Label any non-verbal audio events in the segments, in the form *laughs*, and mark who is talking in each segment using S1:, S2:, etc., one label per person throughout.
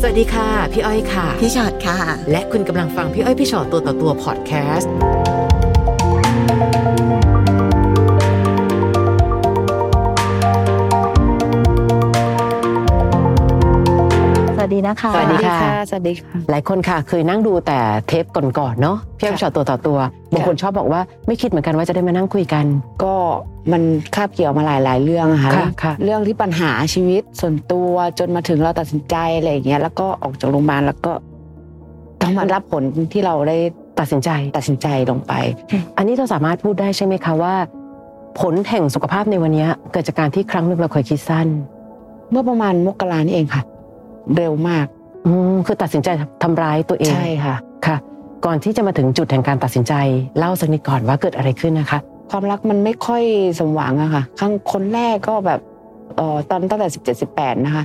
S1: สวัสดีค่ะ พี่อ้อยค่ะ
S2: พี่ชอดค่ะ
S1: และคุณกำลังฟังพี่อ้อยพี่ชอตตัวต่อตัวพอดแคสต์
S2: สวัสดีนะคะ
S1: สวัสดีค่ะ
S3: สวัสดีค่ะ
S1: หลายคนค่ะ เคยนั่งดูแต่เทปก่อนๆเนาะพี่อ้อยพี่ชอตตัวต่อตัวบางคนชอบบอกว่าไม่คิดเหมือนกันว่าจะได้มานั่งคุยกัน
S3: ก็มันคาบเกี่ยวมาหลาย ๆ เรื่องอะค่ะ
S1: ค่ะค่ะ
S3: เรื่องที่ปัญหาชีวิตส่วนตัวจนมาถึงเราตัดสินใจอะไรอย่างเงี้ย แล้วก็ออกจากโรงพยาบาลแล้วก็ ต้องมารับผลที่เราได้
S1: ตัดสินใจ
S3: ตัดสินใจลงไป
S1: อันนี้เราสามารถพูดได้ใช่ไหมคะว่า ผลแห่งสุขภาพในวันนี้เกิดจากการที่ครั้งหนึ่งเราเคยคิดสั้น
S3: เมื่อประมาณมกรานี่เองค่ะ เร็วมาก
S1: อืมคือตัดสินใจทำร้ายตัวเอง
S3: ใช่ค่ะ
S1: ค่ะ ก่อนที่จะมาถึงจุดแห่งการตัดสินใจ เล่าสักนิดก่อนว่าเกิดอะไรขึ้นนะคะ
S3: ความรักมันไม่ค่อยสมหวังอะค่ะ ครั้งคนแรกก็แบบเอ่อตอนตั้งแต่สิบเจ็ดสิบแปดนะคะ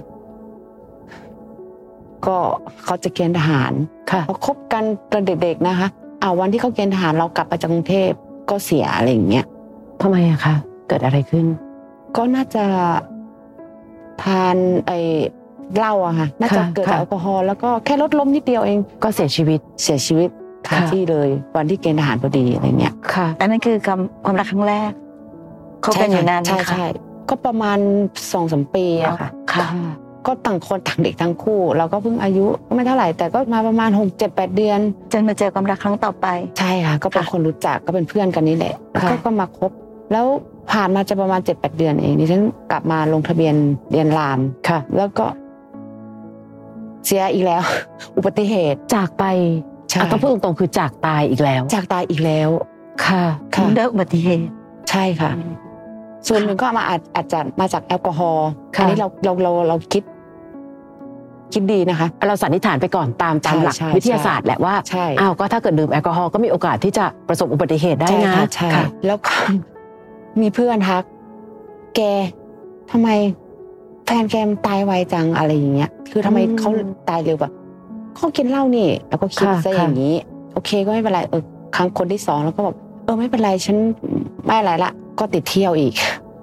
S3: ก็เขาจะเกณฑ์ทหาร
S1: ค่ะ
S3: เราคบกันตอนเด็กๆนะคะอ่าวันที่เขาเกณฑ์ทหารเรากลับมาจากกรุงเทพก็เสียอะไรอย่างเงี้ย
S1: ทำไมอะคะ เกิดอะไรขึ้น
S3: ก็น่าจะทานไอ้เหล้าอะค่ะ น่าจะ
S1: ค่ะ
S3: เกิดจาก
S1: ค่ะ
S3: แอลกอฮอล์แล้วก็แค่รถล้มนิดเดียวเอง
S1: ก็เสียชีวิต
S3: เสียชีวิตคา
S1: ค่ะ
S3: ที่เลย วันที่เกณฑ์ทหารพอดีอะไรเงี้ย
S1: ค่ะ
S2: อันนั้นคือความความรักครั้งแรกคบกันอยู่นานไหม
S3: ใช่
S2: คะ
S3: ใช่ก็ประมาณสองสามปีอะค่ะ
S2: ค่ะ
S3: ก็ต่างคนต่างเด็กทั้งคู่ เราก็เพิ่งอายุไม่เท่าไหร่แต่ก็มาประมาณหกเจ็ดแปดเดือน
S2: จนมาเจอความรักครั้งต่อไป
S3: ใช่ค่ะก็เป็น
S2: ค่ะ
S3: คนรู้จักก็เป็นเพื่อนกันนี่แหละแล้ว
S2: ค่ะ
S3: ก็ก็มาคบ แล้วผ่านมาจะประมาณเจ็ดแปดเดือนเองดิฉันกลับมาลงทะเบียนเรียนราม
S1: ค่ะ
S3: แล้วก็ เสียอีกแล้ว *laughs* อุบัติเหตุ
S1: จากไป
S3: ใช่
S1: อ่ะต้องพูดตรงๆคือจากตายอีกแล้ว
S3: จากตายอีกแล้ว
S1: ค่ะ
S3: ค่ะ
S2: ด้วยอุบัติเหตุ
S3: ใช่ค่ะ ส่วนหนึ่งก็มาอาจอาจจะมาจากแอลกอฮอล์อันนี้เราเราเราเราคิด คิดดีนะคะ
S1: เราสันนิษฐานไปก่อนตามตาม
S3: ใช่
S1: หลัก
S3: ใช่
S1: วิทยาศาสตร์แหละว่า
S3: ใช่
S1: อ้าวก็ถ้าเกิดดื่มแอลกอฮอล์ก็มีโอกาสที่จะประสบอุบัติเหตุได้นะ
S3: ใช่ค่ะใช่
S1: ค่ะ
S3: แล้วก็ *laughs* มีเพื่อนทัก แกทำไมแฟนแกมนตายไวจังอะไรอย่างเงี้ย คือทำไม
S2: อืม
S3: เขาตายเร็วแบบเขากินเหล้านี่ แล้วก็คิดซะอย่างนี้ โอเคก็ไม่เป็นไรเออครั้งคนที่สองแล้วก็แบบเออไม่เป็นไรฉันไม่อะไรละ ก็ติดเที่ยวอีก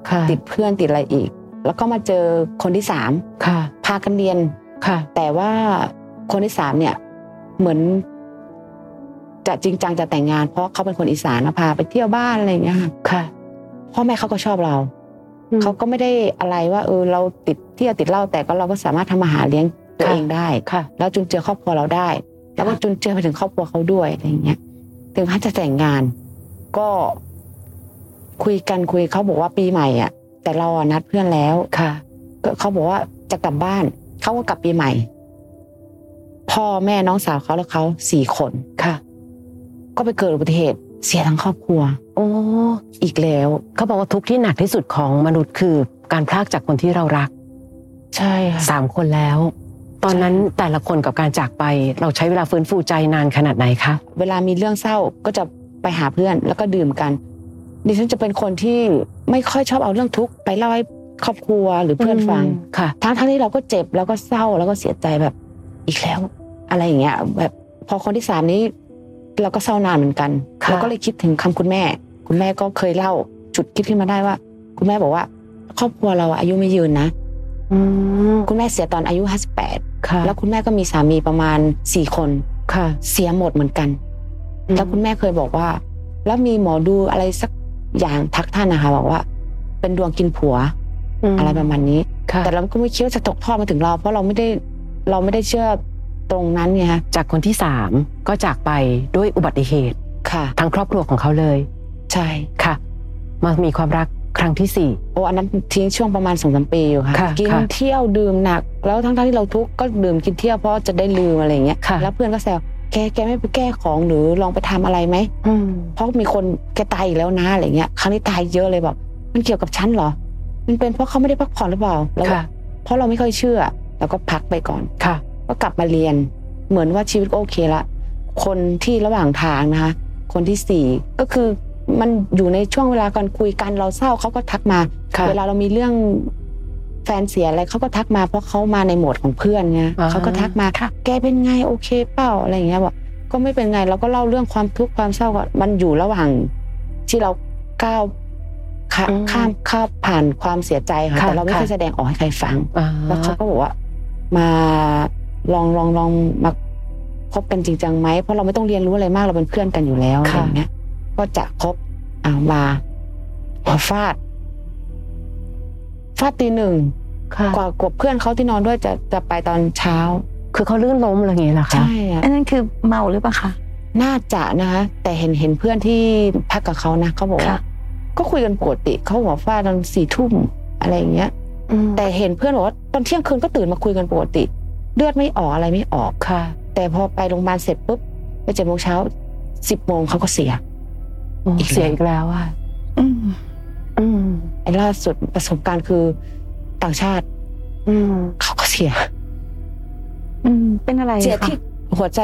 S1: ค่ะ
S3: ติดเพื่อนติดอะไรอีก แล้วก็มาเจอคนที่สาม
S1: ค่ะ
S3: พากันเรียน
S1: ค่ะ
S3: แต่ว่าคนที่สามเนี่ย เหมือน จะจริงจังจะแต่งงาน เพราะเขาเป็นคนอีสานนะพาไปเที่ยวบ้านอะไรอย่างเงี้ยค่ะ
S1: ค่ะ
S3: พ่อแม่เขาก็ชอบเรา
S1: อืม
S3: เขาก็ไม่ได้อะไรว่าเออเราติดเที่ยวติดเหล้าแต่ก็เราก็สามารถทำมาหาเลี้ยงตัว
S1: ค่ะ
S3: เองได้
S1: ค่ะ
S3: แล้วจุนเจือครอบครัวเราได้ แล้วก็จุนเจือไปถึงครอบครัวเขาด้วยอะไรอย่างเงี้ยถึงขั้นจะแต่งงาน ก็คุยกันคุยเขาบอกว่าปีใหม่อ่ะ แต่เราอะนัดเพื่อนแล้ว
S1: ค่ะ
S3: ก็เขาบอกว่าจะกลับบ้านเขาก็กลับปีใหม่ พ่อแม่น้องสาวเขาและเขาสี่คน
S1: ค่ะ
S3: ก็ไปเกิดอุบัติเหตุเสียทั้งครอบครัว
S1: โอ้
S3: อีกแล้ว
S1: เขาบอกว่าทุกข์ที่หนักที่สุดของมนุษย์คือการพลากจากคนที่เรารัก
S3: ใช่ค่ะ
S1: สามคนแล้ว ตอนนั้นแต่ละคนกับการจากไป เราใช้เวลาฟื้นฟูใจนานขนาดไหนคะ
S3: เวลามีเรื่องเศร้าก็จะไปหาเพื่อน แล้วก็ดื่มกันดิฉันจะเป็นคนที่ไม่ค่อยชอบเอาเรื่องทุกข์ไปเล่าให้ครอบครัวหรือเพื่อนฟัง
S1: ค่ะ
S3: ทั้งทั้งๆที่เราก็เจ็บแล้วก็เศร้าแล้วก็เสียใจแบบ อีกแล้ว อะไรอย่างเงี้ย แบบพอคนที่สามนี้ เราก็เศร้านานเหมือนกัน
S1: ค่ะ
S3: เราก็เลยคิดถึงคำคุณแม่ คุณแม่ก็เคยเล่าจุดคิดขึ้นมาได้ว่า คุณแม่บอกว่า ครอบครัวเราอายุไม่ยืนนะ
S1: อืม
S3: คุณแม่เสียตอนอายุ
S1: ค่ะ
S3: 58แล้วคุณแม่ก็มีสามีประมาณสี่คน
S1: ค่ะ
S3: เสียหมดเหมือนกัน แล้วคุณแม่เคยบอกว่า แล้วมีหมอดูอะไรสักอย่างทักท่านนะคะบอกว่า เป็นดวงกินผัว
S1: ม
S3: อะไรประมาณนี้
S1: ค่ะ
S3: แต่เราก็ไม่คิดว่าจะตกทอดมาถึงเรา เพราะเราไม่ได้เราไม่ได้เชื่อตรงนั้นไงฮะ
S1: จากคนที่สามก็จากไปด้วยอุบัติเหตุ
S3: ค่ะ
S1: ทั้งครอบครัวของเขาเลย
S3: ใช่
S1: ค่ะ มามีความรักครั้งที่สี่
S3: โอ้อันนั้นทิ้งช่วงประมาณสองสามปีอยู่ค่ะ
S1: ค่ะ
S3: กิน
S1: ค่ะ
S3: เที่ยวดื่มหนัก แล้วทั้งๆที่เราทุกข์ก็ดื่มกินเที่ยวเพราะจะได้ลืมอะไรอย่างเงี้ย
S1: ค่ะ
S3: แล้วเพื่อนก็แซวแกแกไม่ไปแก้ของหรือลองไปทำอะไรไหมเพราะมีคนแกตายอีกแล้วนะอะไรเงี้ยครั้งนี้ตายเยอะเลยบอกมันเกี่ยวกับฉันเหรอ มันเป็นเพราะเขาไม่ได้พักผ่อนหรือเปล่าแล้ว
S1: ค่ะ
S3: เพราะเราไม่ค่อยเชื่อเราก็พักไปก่อน
S1: ค่ะ
S3: ก็กลับมาเรียนเหมือนว่าชีวิตก็โอเคละคนที่ระหว่างทางนะคะคนที่สี่ก็คือมันอยู่ในช่วงเวลาการคุยกันเราเศร้าเขาก็ทักมา
S1: ค่ะ
S3: เวลาเรามีเรื่องแฟนเสียอะไรเขาก็ทักมา เพราะเขามาในโหมดของเพื่อนไง
S1: อ่า
S3: เขาก็ทักมาแกเป็นไงโอเคเปล่าอะไรอย่างเงี้ยบอกก็ไม่เป็นไงเราก็เล่าเรื่องความทุกข์ความเศร้าก็มันอยู่ระหว่างที่เราก้าวข้า
S1: อืม
S3: ข้ามข้ามผ่านความเสียใจค่ะ
S1: ค่ะ
S3: แต่เราไม่เคย
S1: ค่ะ
S3: แสดงออกให้ใครฟัง
S1: อ่า
S3: แล้วเขาก็บอกว่า มา ลองลองลองมาคบกันจริงจังไหมเพราะเราไม่ต้องเรียนรู้อะไรมากเราเป็นเพื่อนกันอยู่แล้วอะไร
S2: ค่ะ
S3: อย่างเงี้ย ก็จะคบอ่ามาพอฟาดฟาดตีหนึ่ง
S1: ค่ะ
S3: กว่ากว่าเพื่อนเขาที่นอนด้วยจะจะไปตอนเช้า
S1: คือเขาลื่นล้มอะไรอย่างเงี้ยเหรอคะ
S3: ใช่อะ
S2: อันนั้นคือเมาหรือเปล่าคะ
S3: น่าจะนะคะแต่เห็นเห็นเพื่อนที่พักกับเขานะเขาบอกว่า
S2: ค่ะ
S3: ก็คุยกันปกติเขาหัวาฟาดตอนสี่ทุ่มอะไรอย่างเงี้ย
S1: อืม
S3: แต่เห็นเพื่อนบอกว่าตอนเที่ยงคืนก็ตื่นมาคุยกันปกติ เลือดไม่ออกอะไรไม่ออก
S1: ค่ะ
S3: แต่พอไปโรงพยาบาลเสร็จปุ๊บไปเจ็ดโมงเช้าสิบโมงเขาก็เสีย
S1: โอ้
S3: อีกแล้ว
S1: เสียอีกแล้วอ่ะ
S2: อืม
S1: อืม
S3: ไอ้ล่าสุดประสบการณ์คือต่างชาติ
S1: อืม
S3: เขาก็เสีย
S2: อืมเป็นอะไร
S3: เสีย
S2: คะ
S3: ที่หัวใจ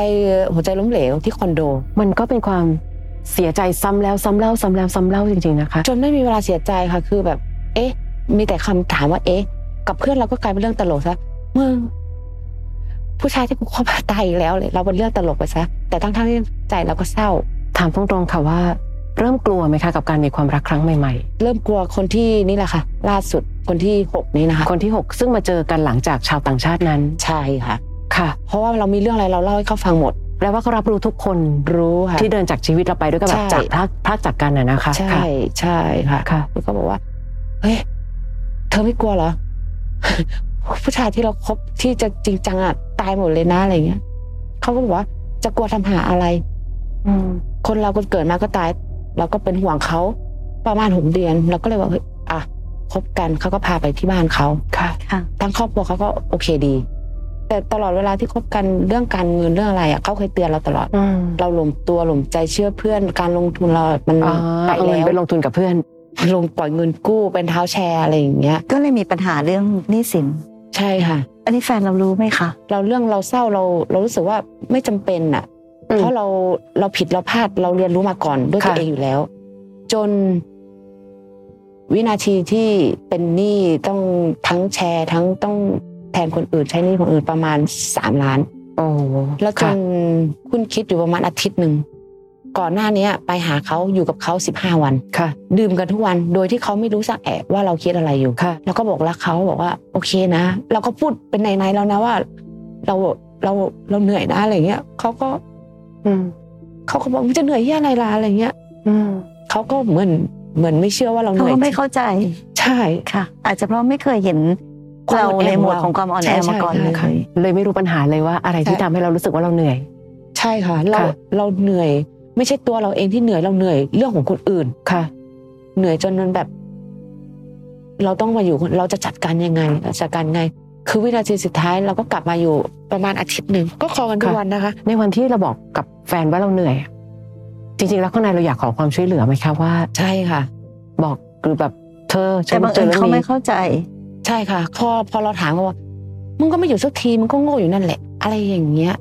S3: หัวใจล้มเหลวที่คอนโด
S1: มันก็เป็นความเสียใจซ้ำแล้วซ้ำเล่าซ้ำแล้วซ้ำเล่าจริงๆนะคะ
S3: จนไม่มีเวลาเสียใจค่ะ คือแบบ เอ๊ะ มีแต่คำถามว่า เอ๊ะ กับเพื่อนเราก็กลายเป็นเรื่องตลกซะมึงผู้ชายที่กูคบมาตายอีกแล้วเลย เราเป็นเรื่องตลกไปซะแต่ทั้งๆที่ใจเราก็เศร้า
S1: ถามตรงๆค่ะว่า เริ่มกลัวไหมคะกับการมีความรักครั้งใหม่
S3: เริ่มกลัวคนที่นี่แหละค่ะ ล่าสุดคนที่หกนี้นะคะ
S1: ๆ คนที่หกซึ่งมาเจอกันหลังจากชาวต่างชาตินั้น
S3: ใช่ค่ะ
S1: ค่ะ
S3: เพราะว่าเรามีเรื่องอะไรเราเล่าให้เขาฟังหมด
S1: แปลว่าเขารับรู้ทุกคน
S3: รู้ค่ะ
S1: ที่เดินจากชีวิตเราไปด้วยกันแบบ
S3: ใช่
S1: จากพลากพลากจากกันนะนะคะ
S3: ใช่
S1: ค่ะ
S3: ใช่ค่ะ
S1: ค่ะ
S3: แล้วก็บอกว่า เฮ้ย เธอไม่กลัวเหรอ *laughs* ผู้ชายที่เราคบที่จะจริงจังอะตายหมดเลยนะอะไรเงี้ยเขาก็บอกว่าจะกลัวทำหาอะไร
S1: อืม
S3: คนเราคนเกิดมาก็ตาย เราก็เป็นห่วงเขาประมาณหกเดือนเราก็เลยว่าเฮ้ยอ่ะคบกันเขาก็พาไปที่บ้านเขา
S1: ค่ะ
S2: ค่ะ
S3: ทั้งครอบครัวเขาก็โอเคดี แต่ตลอดเวลาที่คบกันเรื่องการเงินเรื่องอะไรอ่ะเขาเคยเตือนเราตลอด
S1: อืม
S3: เราหลงตัวหลงใจเชื่อเพื่อน การลงทุนเรา มัน
S1: อ๋อ
S3: ไป
S1: เอาเงิน
S3: แล้ว
S1: ไปลงทุนกับเพื่อน
S3: ลงปล่อยเงินกู้เป็นเท้าแชร์อะไรอย่างเงี้ย
S2: ก็เลยมีปัญหาเรื่องหนี้สิน
S3: ใช่ค่ะ
S2: อันนี้แฟนเรารู้ไหมคะ
S3: เราเรื่องเราเศร้าเราเรารู้สึกว่าไม่จำเป็นอ่ะ
S1: อืม
S3: เพราะเราเราผิดเราพลาดเราเรียนรู้มาก่อนด้วยตัว
S1: ค่ะ
S3: เองอยู่แล้ว จน วินาทีที่เป็นหนี้ต้องทั้งแชร์ ทั้งต้องแทนคนอื่นใช้หนี้คนอื่นประมาณสามล้าน
S1: โอ้
S3: แล้วจ
S1: ค่ะ
S3: นคุณคิดอยู่ประมาณอาทิตย์หนึ่งก่อนหน้าเนี้ย ไปหาเขาอยู่กับเขาสิบห้าวัน
S1: ค่ะ
S3: ดื่มกันทุกวันโดยที่เขาไม่รู้สักแอะว่าเราคิดอะไรอยู่
S1: ค่ะ
S3: แล้วก็บอกรักเขาบอกว่า โอเคนะ เราก็พูดเป็นในๆแล้วนะว่า เราเราเราเหนื่อยนะอะไรเงี้ยเขาก็
S1: อืม
S3: เขาก็บอกมึงจะเหนื่อยเหี่อะไรล่ะอะไรเงี้ย
S1: อืม
S3: เขาก็เหมือนเหมือนไม่เชื่อว่าเราเห
S2: เขา
S3: นื่อย
S2: ก็ไม่เข้าใจ
S3: ใช่
S2: ค่ะ อาจจะเพราะไม่เคยเห็น
S3: ความ
S2: เรา
S3: อ่อนแอ
S2: ในโหมด
S3: ของเรา
S2: ของความอ่อน
S3: ใช่
S2: แอมาก่อน
S3: ใช่
S2: เลย
S3: ค่ะ
S1: เลยไม่รู้ปัญหาเลยว่าอะไรที่
S3: ใช่
S1: ทำให้เรารู้สึกว่าเราเหนื่อย
S3: ใช่ค่ะ เรา
S1: ค่ะ
S3: เราเหนื่อย ไม่ใช่ตัวเราเองที่เหนื่อยเราเหนื่อยเรื่องของคนอื่น
S1: ค่ะ
S3: เหนื่อยจนมันแบบ เราต้องมาอยู่คนเราจะจัดการยังไงเราจัดการไง คือวินาทีสุดท้ายเราก็กลับมาอยู่ประมาณอาทิตย์หนึ่งก็คอกันทุก
S1: ค่ะ
S3: วันนะคะ
S1: ในวันที่เราบอกกับแฟนว่าเราเหนื่อยอะจริงๆ แล้วข้างในเราอยากขอความช่วยเหลือไหมคะว่า
S3: ใช่ค่ะ
S1: บอกหรือแบบเธอฉั
S2: แต่
S1: น
S2: บาง
S1: เจ
S2: เอิ
S1: อ
S2: ญ
S1: เรื่อ
S2: เขา
S1: ง
S2: ไม่
S1: นี้
S2: เข้าใจ
S3: ใช่ค่ะพอพอเราถามเขาว่ามึงก็ไม่อยู่สักทีมึงก็โง่อยู่นั่นแหละ อะไรอย่างเงี้ย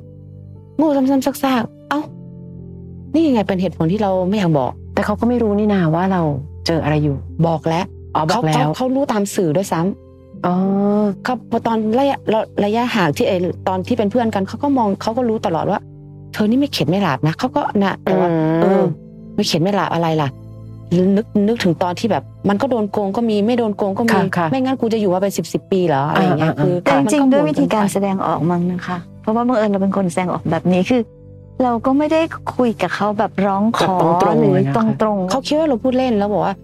S3: โง่ซ้ำๆซากๆเอ้า นี่ยังไงเป็นเหตุผลที่เราไม่อยากบอก
S1: แต่เขาก็ไม่รู้นี่นาว่าเราเจออะไรอยู่
S3: บอกแล้ว
S1: อ๋อบอกแล้
S3: เขา
S1: ว
S3: เขาเขารู้ตามสื่อด้วยซ้ำ
S1: อ๋อ
S3: เขาพอตอนระยะเราระยะห่างที่เอยตอนที่เป็นเพื่อนกันเขาก็มองเขาก็รู้ตลอดว่า เธอนี่ไม่เข็ดไม่หลาบนะเขาก็นะแต่ว่า เอ
S1: อื
S3: อ
S1: ม
S3: ไม่เขียนไม่หลาบอะไรล่ะ นึกนึกถึงตอนที่แบบ มันก็โดนโกงก็มีไม่โดนโกงก็มี
S1: ค่ะค่ะ
S3: ไม่งั้นกูจะอยู่มาเป็นสิบสิบปีเหรออะไรเงี้ย
S1: อ่าอ่า
S3: คือ
S2: แต่จริง
S3: มัน
S2: ๆ
S3: ก็
S2: ด้วยวิธีการ
S3: บ่นนไป
S2: แสดงออกมั้งนะคะ เพราะว่าบังเอิญเราเป็นคนแสดงออกแบบนี้คือ เราก็ไม่ได้คุยกับเขาแบบร้องขอ
S1: แบบตรงๆ
S2: หรือ
S1: เลยนะคะ
S2: ตรงๆ
S3: เขาคิดว่าเราพูดเล่นแล้วบอกว่า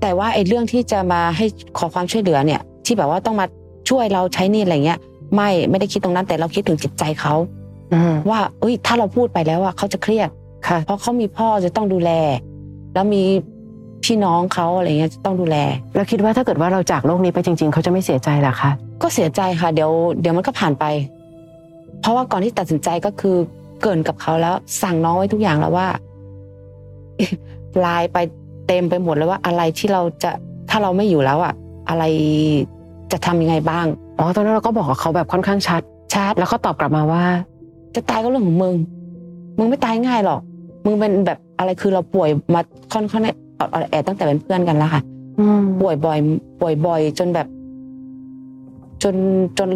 S3: แต่ว่าไอ้เรื่องที่จะมาให้ขอความช่วยเหลือเนี่ย ที่แบบว่าต้องมาช่วยเราใช้หนี่อะไรเงี้ย ไม่ไม่ได้คิดตรงนั้นแต่เราคิดถึงจิตใจเขา
S1: อืม
S3: ว่า เอ้ย ถ้าเราพูดไปแล้วอะเขาจะเครียด
S1: ค่ะ
S3: เพราะเขามีพ่อจะต้องดูแล แล้วมีพี่น้องเขาอะไรเงี้ยจะต้องดูแล
S1: แล้วคิดว่าถ้าเกิดว่าเราจากโลกนี้ไปจริง ๆ เขาจะไม่เสียใจเหรอคะ
S3: ก็เสียใจค่ะเดี๋ยวเดี๋ยวมันก็ผ่านไป เพราะว่าก่อนที่ตัดสินใจก็คือเกรินกับเขาแล้ว สั่งน้องไว้ทุกอย่างแล้วว่า *laughs* ไลายไปเต็มไปหมดแล้วว่า อะไรที่เราจะถ้าเราไม่อยู่แล้วอะอะไรจะทำยังไงบ้าง
S1: อ๋อตอนนั้นเราก็บอกกับเขาแบบค่อนข้างชัด
S3: ชาร์จ
S1: แล้วเขาตอบกลับมาว่า
S3: จะตายก็เรื่องของมึง มึงไม่ตายง่ายหรอก มึงเป็นแบบอะไรคือเราป่วยมาค่อนข้างอ่อนแอตั้งแต่เป็นเพื่อนกันแล้วค่ะ
S1: อืม
S3: ป่วยบ่อยป่วยบ่อยจนแบบ จนจน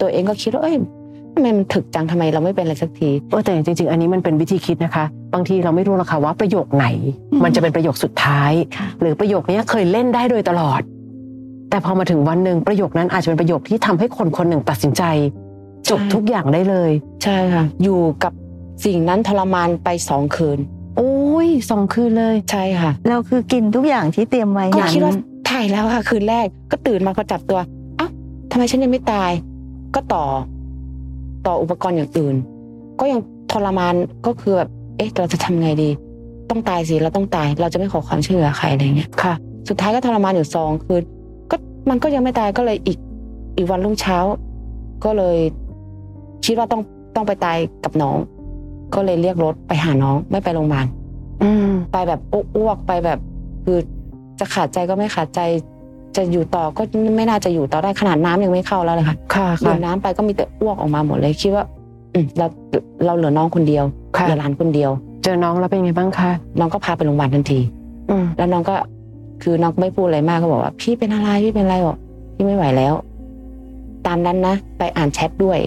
S3: ตัวเองก็คิดว่าเอ้ยทำไมมันถึกจังทำไมเราไม่เป็นอะไรสักที
S1: เออแต่จริงๆ อันนี้มันเป็นวิธีคิดนะคะ บางทีเราไม่รู้หรอกค่ะว่าประโยคไหน
S2: อืม
S1: มันจะเป็นประโยคสุดท้าย
S2: ค่ะ
S1: หรือประโยคเนี้ยเคยเล่นได้โดยตลอด แต่พอมาถึงวันหนึ่งประโยคนั้นอาจจะเป็นประโยคที่ทำให้คนคนหนึ่งตัดสินใจ จบทุกอย่างได้เลย
S3: ใช่ค่ะ อยู่กับสิ่งนั้นทรมานไปสองคืน
S1: โอ้ยสองคืนเลย
S3: ใช่ค่ะ
S2: เราคือกินทุกอย่างที่เตรียมไว้
S3: ก็
S2: อย่าง
S3: คิดว่าถ่ายแล้วค่ะ คืนแรกก็ตื่นมาก็จับตัวเอ้าทำไมฉันยังไม่ตาย ก็ต่อ ต่ออุปกรณ์อย่างอื่น ก็ยังทรมานก็คือแบบเอ๊ะเราจะทำไงดี ต้องตายสิเราต้องตาย เราจะไม่ขอความช่วยเหลือใครอะไรเงี้ยค่ะ สุดท้ายก็ทรมานอยู่สองคืนก็มันก็ยังไม่ตายก็เลยอีกอีกวันรุ่งเช้า ก็เลยคิดว่าต้องต้องไปตายกับน้อง ก็เลยเรียกรถไปหาน้องไม่ไปโรงพยาบาล
S1: อืม
S3: ไปแบบอ้วกๆไปแบบคือจะขาดใจก็ไม่ขาดใจ จะอยู่ต่อก็ไม่น่าจะอยู่ต่อได้ขนาดน้ำยังไม่เข้าแล้วเลยค่ะ
S1: ค่ะ
S3: ดื่
S1: ค่ะ
S3: มน้ำไปก็มีแต่อ้วกออกมาหมดเลยคิดว่าอืมเราเราเหลือน้องคนเดียว
S1: ค่ะ
S3: เหลือหลานคนเดียว
S1: เจอน้องแล้วเป็นไงบ้างคะ
S3: น้องก็พาไปโรงพยาบาลทันที
S1: อืม
S3: แล้วน้องก็คือน้องไม่พูดอะไรมากก็บอกว่า พี่เป็นอะไรพี่เป็นอะไรบอกพี่ไม่ไหวแล้ว ตามนั้นนะไปอ่านแชทด้วย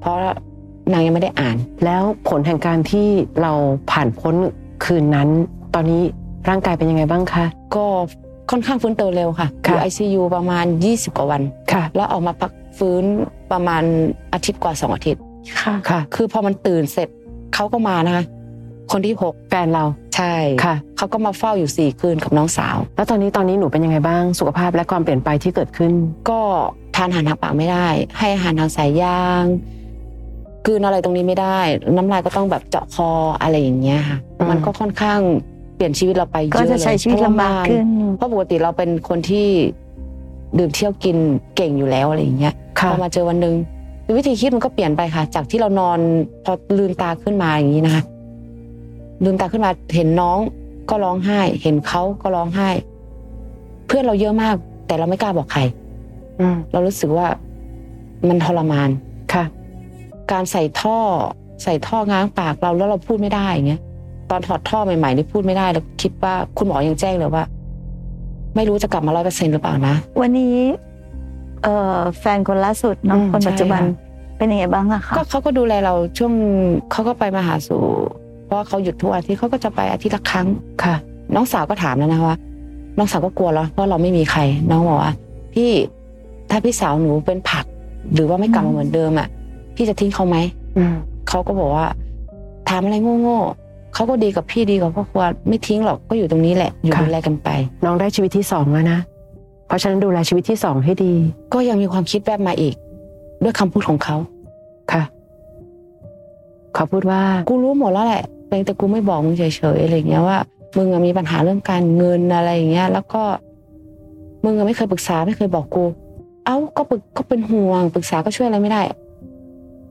S3: เพราะนางยังไม่ได้อ่าน
S1: แล้วผลแห่งการที่เราผ่านพ้นคืนนั้น ตอนนี้ร่างกายเป็นยังไงบ้างคะ
S3: ก็ค่อนข้างฟื้นตัวเร็วค่ะอ
S1: ค่ะ
S3: ยู่ไอซียูประมาณ 20 กว่าวัน
S1: ค่ะ
S3: แล้วออกมาพักฟื้นประมาณอาทิตย์กว่าสองอาทิตย์
S2: ค่ะ
S1: ค่ะ
S3: คือพอมันตื่นเสร็จเขาก็มานะคะ คนที่หก
S1: แฟนเรา
S3: ใช่
S1: ค่ะ
S3: เขาก็มาเฝ้าอยู่สี่คืนกับน้องสาว
S1: แล้วตอนนี้ตอนนี้หนูเป็นยังไงบ้างสุขภาพและความเปลี่ยนไปที่เกิดขึ้น
S3: ก็ทานอาหารทางปากไม่ได้ ให้อาหารทางสายยางกลืนอะไรตรงนี้ไม่ได้ น้ำลายก็ต้องแบบเจาะคออะไรอย่างเงี้ยค่ะ
S1: อืม
S3: มันก็ค่อนข้างเปลี่ยนชีวิตเราไปเยอะ
S2: ก็
S3: เลย
S2: จะใช้ชีวิตลำบากขึ้น
S3: เพราะปกติเราเป็นคนที่ดื่มเที่ยวกินเก่งอยู่แล้วอะไรอย่างเงี้ย
S1: ค่ะ
S3: พอมาเจอวันหนึ่งวิธีคิดมันก็เปลี่ยนไปค่ะ จากที่เรานอนพอลืมตาขึ้นมาอย่างนี้นะคะลืมตาขึ้นมาเห็นน้องก็ร้องไห้ เห็นเขาก็ร้องไห้ เพื่อนเราเยอะมาก แต่เราไม่กล้าบอกใคร
S1: อืม
S3: เรารู้สึกว่ามันทรมาน
S1: ค่ะ
S3: การใส่ท่อ ใส่ท่อง้างปากเราแล้วเราพูดไม่ได้อย่างเงี้ย ตอนถอดท่อใหม่ๆนี่พูดไม่ได้แล้วคิดว่าคุณหมอยังแจ้งเลยว่า ไม่รู้จะกลับมาร้อยเปอร์เซ็นต์หรือเปล่านะ
S2: วันนี้เอ่อแฟนคนล่าสุดเนาะ
S1: อืม
S2: คนปัจจุบัน
S3: ใช่ค่
S2: เป็นยังไงบ้างอะคะ
S3: ก็เขาก็ดูแลเราช่วงเขาก็ไปมาหาสู่ เพราะว่าเขาหยุดทุกอาทิตย์เขาก็จะไปอาทิตย์ละครั้ง
S1: ค่ะ
S3: น้องสาวก็ถามแล้วนะคะว่าน้องสาวก็กลัวแล้วเพราะเราไม่มีใคร น้องบอกว่า พี่ถ้าพี่สาวหนูเป็นผัก หรือว่าไม่กลับมาเหมือนเดิมอ่ะพี่จะทิ้งเขาไหม
S1: อืม
S3: เขาก็บอกว่าถามอะไรโง่ๆเขาก็ดีกับพี่ดีกับพ่อครัวไม่ทิ้งหรอกก็อยู่ตรงนี้แหละอยู่ดูแลกันไป
S1: น้องได้ชีวิตที่สองแล้วนะ เพราะฉะนั้นดูแลชีวิตที่สองให้ดี
S3: ก็ยังมีความคิดแวบบมาอีก ด้วยคำพูดของเขา
S1: ค่ะเขาพูดว่า
S3: กูรู้หมดแล้วแหละเพียงแต่กูไม่บอกมึงเฉยๆอะไรอย่างเงี้ยว่า มึงอะมีปัญหาเรื่องการเงินอะไรอย่างเงี้ย แล้วก็มึงอะไม่เคยปรึกษาไม่เคยบอกกู เอ้าก็ปรึกก็เป็นห่วงปรึกษาก็ช่วยอะไรไม่ได้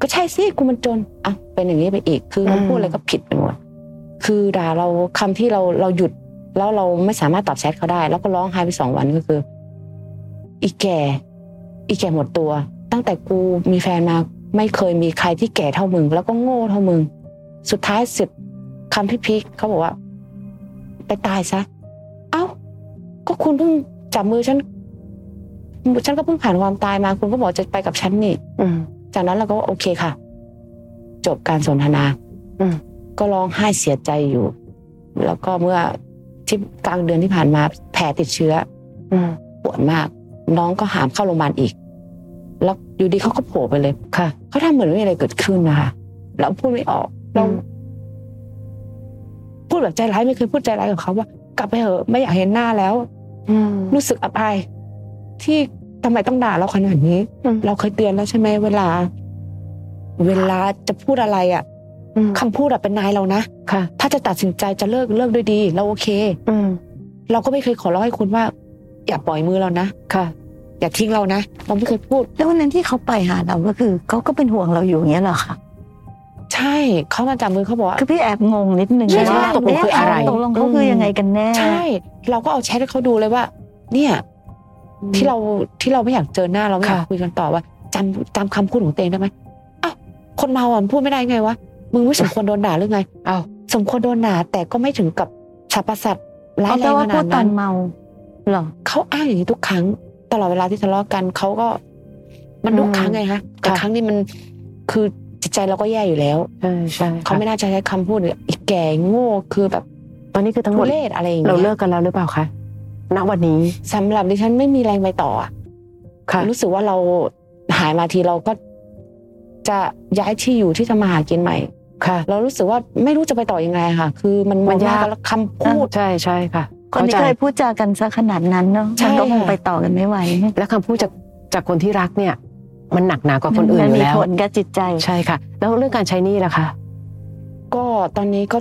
S3: ก็ใช่สิกูมันจนอ่ะเป็นอย่างนี้ไปอีก คือ
S1: อืม
S3: คำพูดอะไรก็ผิดไปหมดคือด่าเราคำที่เราเราหยุดแล้วเราไม่สามารถตอบแชทเขาได้ แล้วก็ร้องไห้ไปสองวันก็คือ อีแก่ อีแก่หมดตัว ตั้งแต่กูมีแฟนมาไม่เคยมีใครที่แก่เท่ามึง แล้วก็โง่เท่ามึง สุดท้ายสิบคำที่พีคเขาบอกว่า ไปตายซะ เอ้า ก็คุณเพิ่งจับมือฉัน ฉันก็เพิ่งผ่านความตายมา คุณก็บอกจะไปกับฉันนี่
S1: อืม
S3: จากนั้นเราก็โอเคค่ะ จบการสนทนา
S1: อืม
S3: ก็ร้องไห้เสียใจอยู่ แล้วก็เมื่อที่กลางเดือนที่ผ่านมาแผลติดเชื้อ
S1: อืม
S3: ปวดมาก น้องก็หามเข้าโรงพยาบาลอีก แล้วอยู่ดีเขาก็โผล่ไปเลย
S1: ค่ะ
S3: เขาทำเหมือนไม่มีอะไรเกิดขึ้นนะคะเราพูดไม่ออกเรา
S1: อืม
S3: พูดแบบใจร้ายไม่เคยพูดใจร้ายกับเขาว่ากลับไปเถอะไม่อยากเห็นหน้าแล้ว
S1: อืม
S3: รู้สึกอับอายที่ทำไมต้องด่าเราขนาดนี้
S1: อืม
S3: เราเคยเตือนแล้วใช่ไหมเวลา เวลาจะพูดอะไรอ่ะ
S1: อืม
S3: คำพูดอะเป็นนายเรานะ
S1: ค่ะ
S3: ถ้าจะตัดสินใจจะเลิกเลิกด้วยดี เราโอเค
S1: อืม
S3: เราก็ไม่เคยขอร้องให้คุณว่า อย่าปล่อยมือเรานะ
S1: ค่ะ
S3: อย่าทิ้งเรานะเราไม่เคยพูด
S2: แล้ววันนั้นที่เขาไปหาเราก็คือเขาก็เป็นห่วงเราอยู่อย่างเงี้ยเหรอคะ
S3: ใช่เขามาจับมือเขาบอกว่า
S2: คือพี่แอบงงนิดนึง
S3: ใช่
S2: นะ
S3: ใช่
S2: ว่า
S1: ตกลงคืออะไร
S2: ตกลงเขาคือยังไงกันแน่
S3: ใช่ เราก็เอาแชทให้เขาดูเลยว่า เนี่ย ที่เราที่เราไม่อยากเจอหน้าเราไม่อยาก
S1: ค่ะ
S3: คุยกันต่อว่าจำจำคำพูดของตัวเองได้ไหมอ้าวคนเมาอ่ะมันพูดไม่ได้ไงวะมึงไม่สมควรโดนด่าหรือไง
S1: อ้าว
S3: สมควรโดนด่าแต่ก็ไม่ถึงกับสรรพสัตว์ร้า
S2: เขา
S3: ย
S2: แปล
S3: แรงข
S2: ว่าพู
S3: นา
S2: ด
S3: ด
S2: ตอ
S3: นั้น น
S2: เมาเหรอ
S3: เขาอ้างอย่างนี้ทุกครั้ง ตลอดเวลาที่ทะเลาะกันเขาก็ มันทุกครั้งไงฮะแต่
S1: ค่ะ
S3: ครั้งนี้มันคือจิตใจเราก็แย่อยู่แล้ว
S1: ใช่ใช่
S3: เขาไม่น่าจะใช้คำพูดเนี่ยอีกแก่โง่คือแบบ
S1: ตอนนี้คือทั้งหม
S3: ทุ
S1: ด
S3: เรศอะไรอย่าง
S1: เรา
S3: เงี้ย
S1: เลิกกันแล้วหรือเปล่าคะณวันนี้
S3: สำหรับดิฉันไม่มีแรงไปต่ออะ
S1: ค่ะ
S3: รู้สึกว่าเราหายมาทีเราก็ จะย้ายที่อยู่ที่ทำมาหากินใหม่
S1: ค่ะ
S3: เรารู้สึกว่าไม่รู้จะไปต่อยังไงค่ะ คือมัน
S1: มันยาก
S3: แล้วคำพูด
S1: ใช่ใช่ค่ะ
S2: คนที่
S1: ข้าใจ
S2: เคยพูดจากันซะขนาดนั้นเนาะ
S3: ใช่
S2: มันก็คงไปต่อกันไม่ไหว
S1: และคำพูดจากจากคนที่รักเนี่ย มันหนักหนากว่าคนอื่น
S2: มั
S1: อยู่
S2: มี
S1: แล้ว
S2: ผลกับจิตใจ
S1: ใช่ค่ะ แล้วเรื่องการใช้หนี้ล่ะคะ
S3: ก็ตอนนี้ก็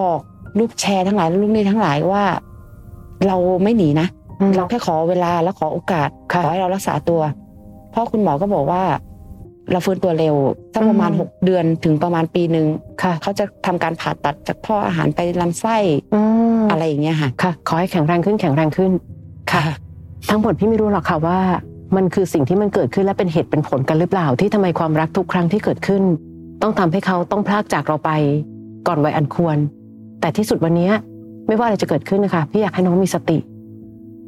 S3: บอกลูกแชร์ทั้งหลายลูกหนี้ทั้งหลายว่า เราไม่หนีนะ เราแค่ขอเวลาและขอโอกาสข
S1: ค่ะ
S3: อให้เรารักษาตัว เพราะคุณหมอก็บอกว่า เราฟื้นตัวเร็วสักประมาณ
S2: อืม
S3: หกเดือนถึงประมาณปีหนึ่ง
S1: ค่ะ
S3: เขาจะทำการผ่าตัดจากท่ออาหารไปลำไส้
S1: อืม
S3: อะไรอย่างเงี้ยค่ะ
S1: ค่ะ ขอให้แข็งแรงขึ้นแข็งแรงขึ้น ค่ะ ทั้งหมดพี่ไม่รู้หรอกค่ะว่า มันคือสิ่งที่มันเกิดขึ้นและเป็นเหตุเป็นผลกันหรือเปล่า ที่ทำไมความรักทุกครั้งที่เกิดขึ้น ต้องทำให้เขาต้องพลากจากเราไป ก่อนวัยอันควร แต่ที่สุดวันเนี้ยไม่ว่าอะไรจะเกิดขึ้นนะคะพี่อยากให้น้องมีสติ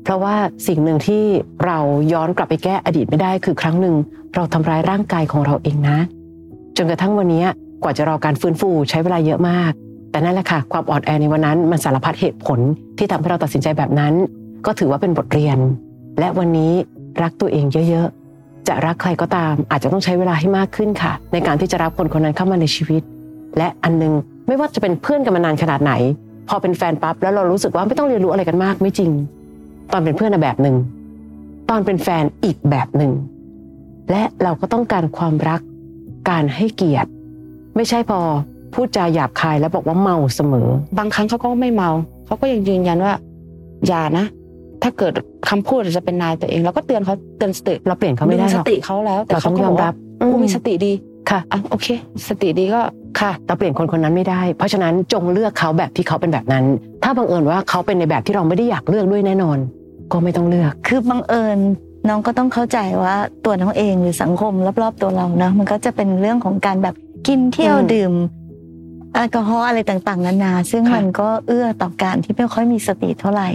S1: เพราะว่าสิ่งหนึ่งที่เราย้อนกลับไปแก้อดีตไม่ได้คือครั้งหนึ่งเราทำร้ายร่างกายของเราเองนะ จนกระทั่งวันเนี้ยกว่าจะรอการฟื้นฟูใช้เวลาเยอะมาก แต่นั่นแหละค่ะความอ่อนแอในวันนั้นมันสารพัดเหตุผลที่ทำให้เราตัดสินใจแบบนั้น ก็ถือว่าเป็นบทเรียน และวันนี้รักตัวเองเยอะๆ จะรักใครก็ตาม อาจจะต้องใช้เวลาให้มากขึ้นค่ะ ในการที่จะรับคนคนนั้นเข้ามาในชีวิต และอันนึงไม่ว่าจะเป็นเพื่อนกันมานานขนาดไหน พอเป็นแฟนปั๊บแล้วเรารู้สึกว่าไม่ต้องเรียนรู้อะไรกันมากไม่จริง ตอนเป็นเพื่อนอะแบบหนึ่งตอนเป็นแฟนอีกแบบหนึ่งและเราก็ต้องการความรัก การให้เกียรติ ไม่ใช่พอพูดจาหยาบคายแล้วบอกว่าเมาเสมอ
S3: บางครั้งเขาก็ไม่เมาเขาก็ยังยืนยันว่า อย่านะ ถ้าเกิดคำพูดจะเป็นนายตัวเองเราก็เตือนเขาเตือนสติ
S1: เราเปลี่ยนเขาไม่ได้ห
S3: ส
S1: รอก
S3: ติเขาแล้ว แต่
S1: เราต้
S3: เขา
S1: อง
S3: ก็
S1: ยอบ ม
S3: อก
S1: รั
S3: ว่า
S1: บ
S3: กูมี
S1: อื
S3: สติดี
S1: ค่ะ
S3: อ่ะโอเค สติดีก็ค่ะ
S1: เราเปลี่ยนคนคนนั้นไม่ได้ เพราะฉะนั้นจงเลือกเขาแบบที่เขาเป็นแบบนั้น ถ้าบังเอิญว่าเขาเป็นในแบบที่เราไม่ได้อยากเลือกด้วยแน่นอน ก็ไม่ต้องเลือก
S2: คือบังเอิญน้องก็ต้องเข้าใจว่าตัวน้องเองหรือสังคมรอบๆตัวเราเนอะมันก็จะเป็นเรื่องของการแบบกินเที่ยว
S1: อืม
S2: ดื่มแอลกอฮอล์อะไรต่างๆนานา ซึ่ง
S1: ค่ะ
S2: มันก็เอื้อต่อการที่ไม่ค่อยมีสติเท่าไหร่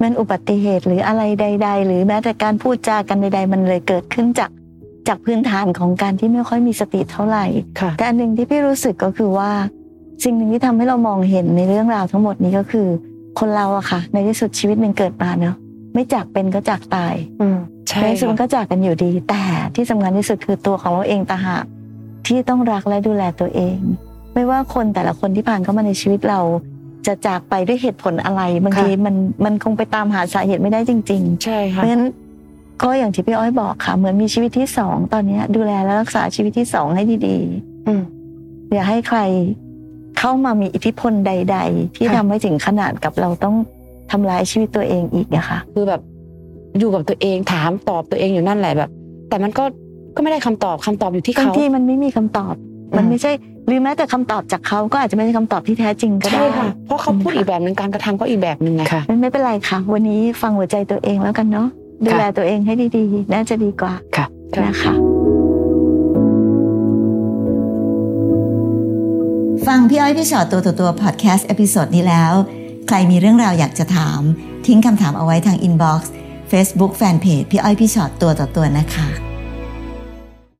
S2: มันอุบัติเหตุหรืออะไรใด ๆ หรือแม้แต่การพูดจากันใด ๆ มันเลยเกิดขึ้นจากจากพื้นฐานของการที่ไม่ค่อยมีสติเท่าไหร่
S1: ค่ะ
S2: แต่อันหนึ่งที่พี่รู้สึกก็คือว่า สิ่งหนึ่งที่ทำให้เรามองเห็นในเรื่องราวทั้งหมดนี้ก็คือ คนเราอะค่ะ ในที่สุดชีวิตมันเกิดมาเนอะไม่จากเป็นก็จากตาย
S3: ใช่
S2: ในที่สุดมันก็จากกันอยู่ดี แต่ที่สำคัญที่สุดคือตัวของเราเองต่างหากที่ต้องรักและดูแลตัวเอง ไม่ว่าคนแต่ละคนที่ผ่านเข้ามาในชีวิตเรา จะจากไปด้วยเหตุผลอะไรบางทีมันมันคงไปตามหาสาเหตุไม่ได้จริง ๆ
S3: ใช่
S2: เพ
S3: ค่ะ
S2: ราะฉะนั้นก็อย่างที่พี่อ้อยบอกค่ะ เหมือนมีชีวิตที่สองตอนเนี้ย ดูแลและรักษาชีวิตที่สองให้ดี
S1: อืม
S2: ๆอย่าให้ใครเข้ามามีอิทธิพลใด ๆ ที่
S1: ค่ะ
S2: ทำให้ถึงขนาดกับเราต้องทำร้ายชีวิตตัวเองอีกนะคะ
S3: คือแบบอยู่กับตัวเองถามตอบตัวเองอยู่นั่นแหละแบบ แต่มันก็ก็ไม่ได้คำตอบคำตอบอยู่ที่
S2: บาง
S3: เขา
S2: ทีมันไม่มีคำตอบ มัน
S3: อืม
S2: ไม่ใช่หรือแม้แต่คำตอบจากเขาก็อาจจะไม่ใช่คำตอบที่แท้จริงก็ได้
S3: ใช่ค่ะ เพราะเขาพูดอีกแบบหนึ่งการกระทำก็อีกแบบหนึ่งไง
S1: ค่ะ
S2: มันไม่เป็นไรค่ะ วันนี้ฟังหัวใจตัวเองแล้วกันเนาะดูแลตัวเองให้ดีๆ น่าจะดีกว่า
S1: ค่ะ
S2: นะคะ
S4: ฟังพี่อ้อยพี่ชอตตัวต่อตัวพอดแคสต์เอพิโซดนี้แล้ว ใครมีเรื่องราวอยากจะถาม ทิ้งคำถามเอาไว้ทางอินบ็อกซ์เฟซบุ๊กแฟนเพจพี่อ้อยพี่ชอตตัวต่อตัวนะคะ